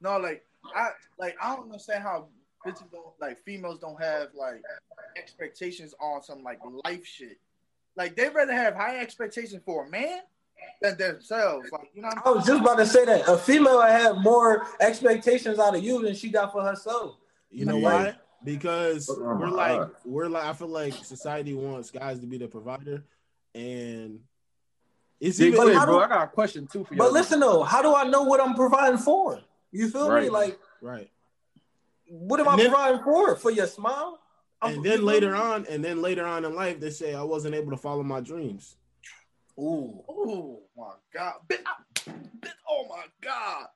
No, like I like I don't understand how bitches don't like females don't have like expectations on some like life shit. Like they rather have high expectations for a man than themselves. Like you know what I'm I was just about to say that a female had more expectations out of you than she got for herself. You know Like- why? Because Oh my we're like God. we're like I feel like society wants guys to be the provider, and it's Big even Wait, how bro, do- I got a question too for you. But listen though, how do I know what I'm providing for? You feel me? Right. Like right. what am And I then- providing for? For your smile? I'm- And Oh, you then feel later me? on, and then later on in life, they say I wasn't able to follow my dreams. Ooh. Oh my god. Bit- I- bit- oh my god.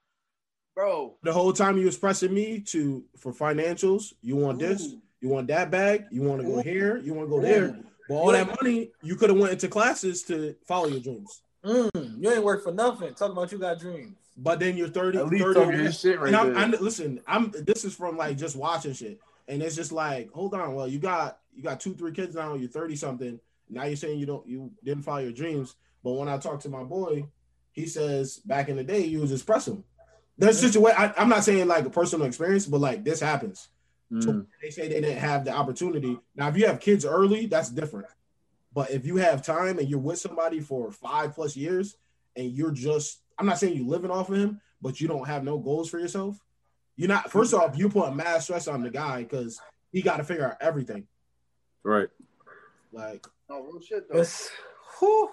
Bro. The whole time you was pressing me to for financials, you want this, Ooh. you want that bag, you want to go Ooh. here, you want to go there. But all that money, you could have went into classes to follow your dreams. Mm, you ain't work for nothing. Talking about you got dreams. But then you're 30, at least 30 talking this shit right and I'm, there. I'm listen. I'm this is from like just watching shit, and it's just like, hold on. Well, you got you got two, three kids now. You're thirty something. Now you're saying you don't you didn't follow your dreams. But when I talk to my boy, he says back in the day you was just pressing. There's situation. I, I'm not saying like a personal experience, but like this happens. Mm. They say they didn't have the opportunity. Now, if you have kids early, that's different. But if you have time and you're with somebody for five plus years, and you're just I'm not saying you living off of him, but you don't have no goals for yourself. You're not first off, you put mad stress on the guy because he gotta figure out everything. Right. Like No real shit though. It's, whew.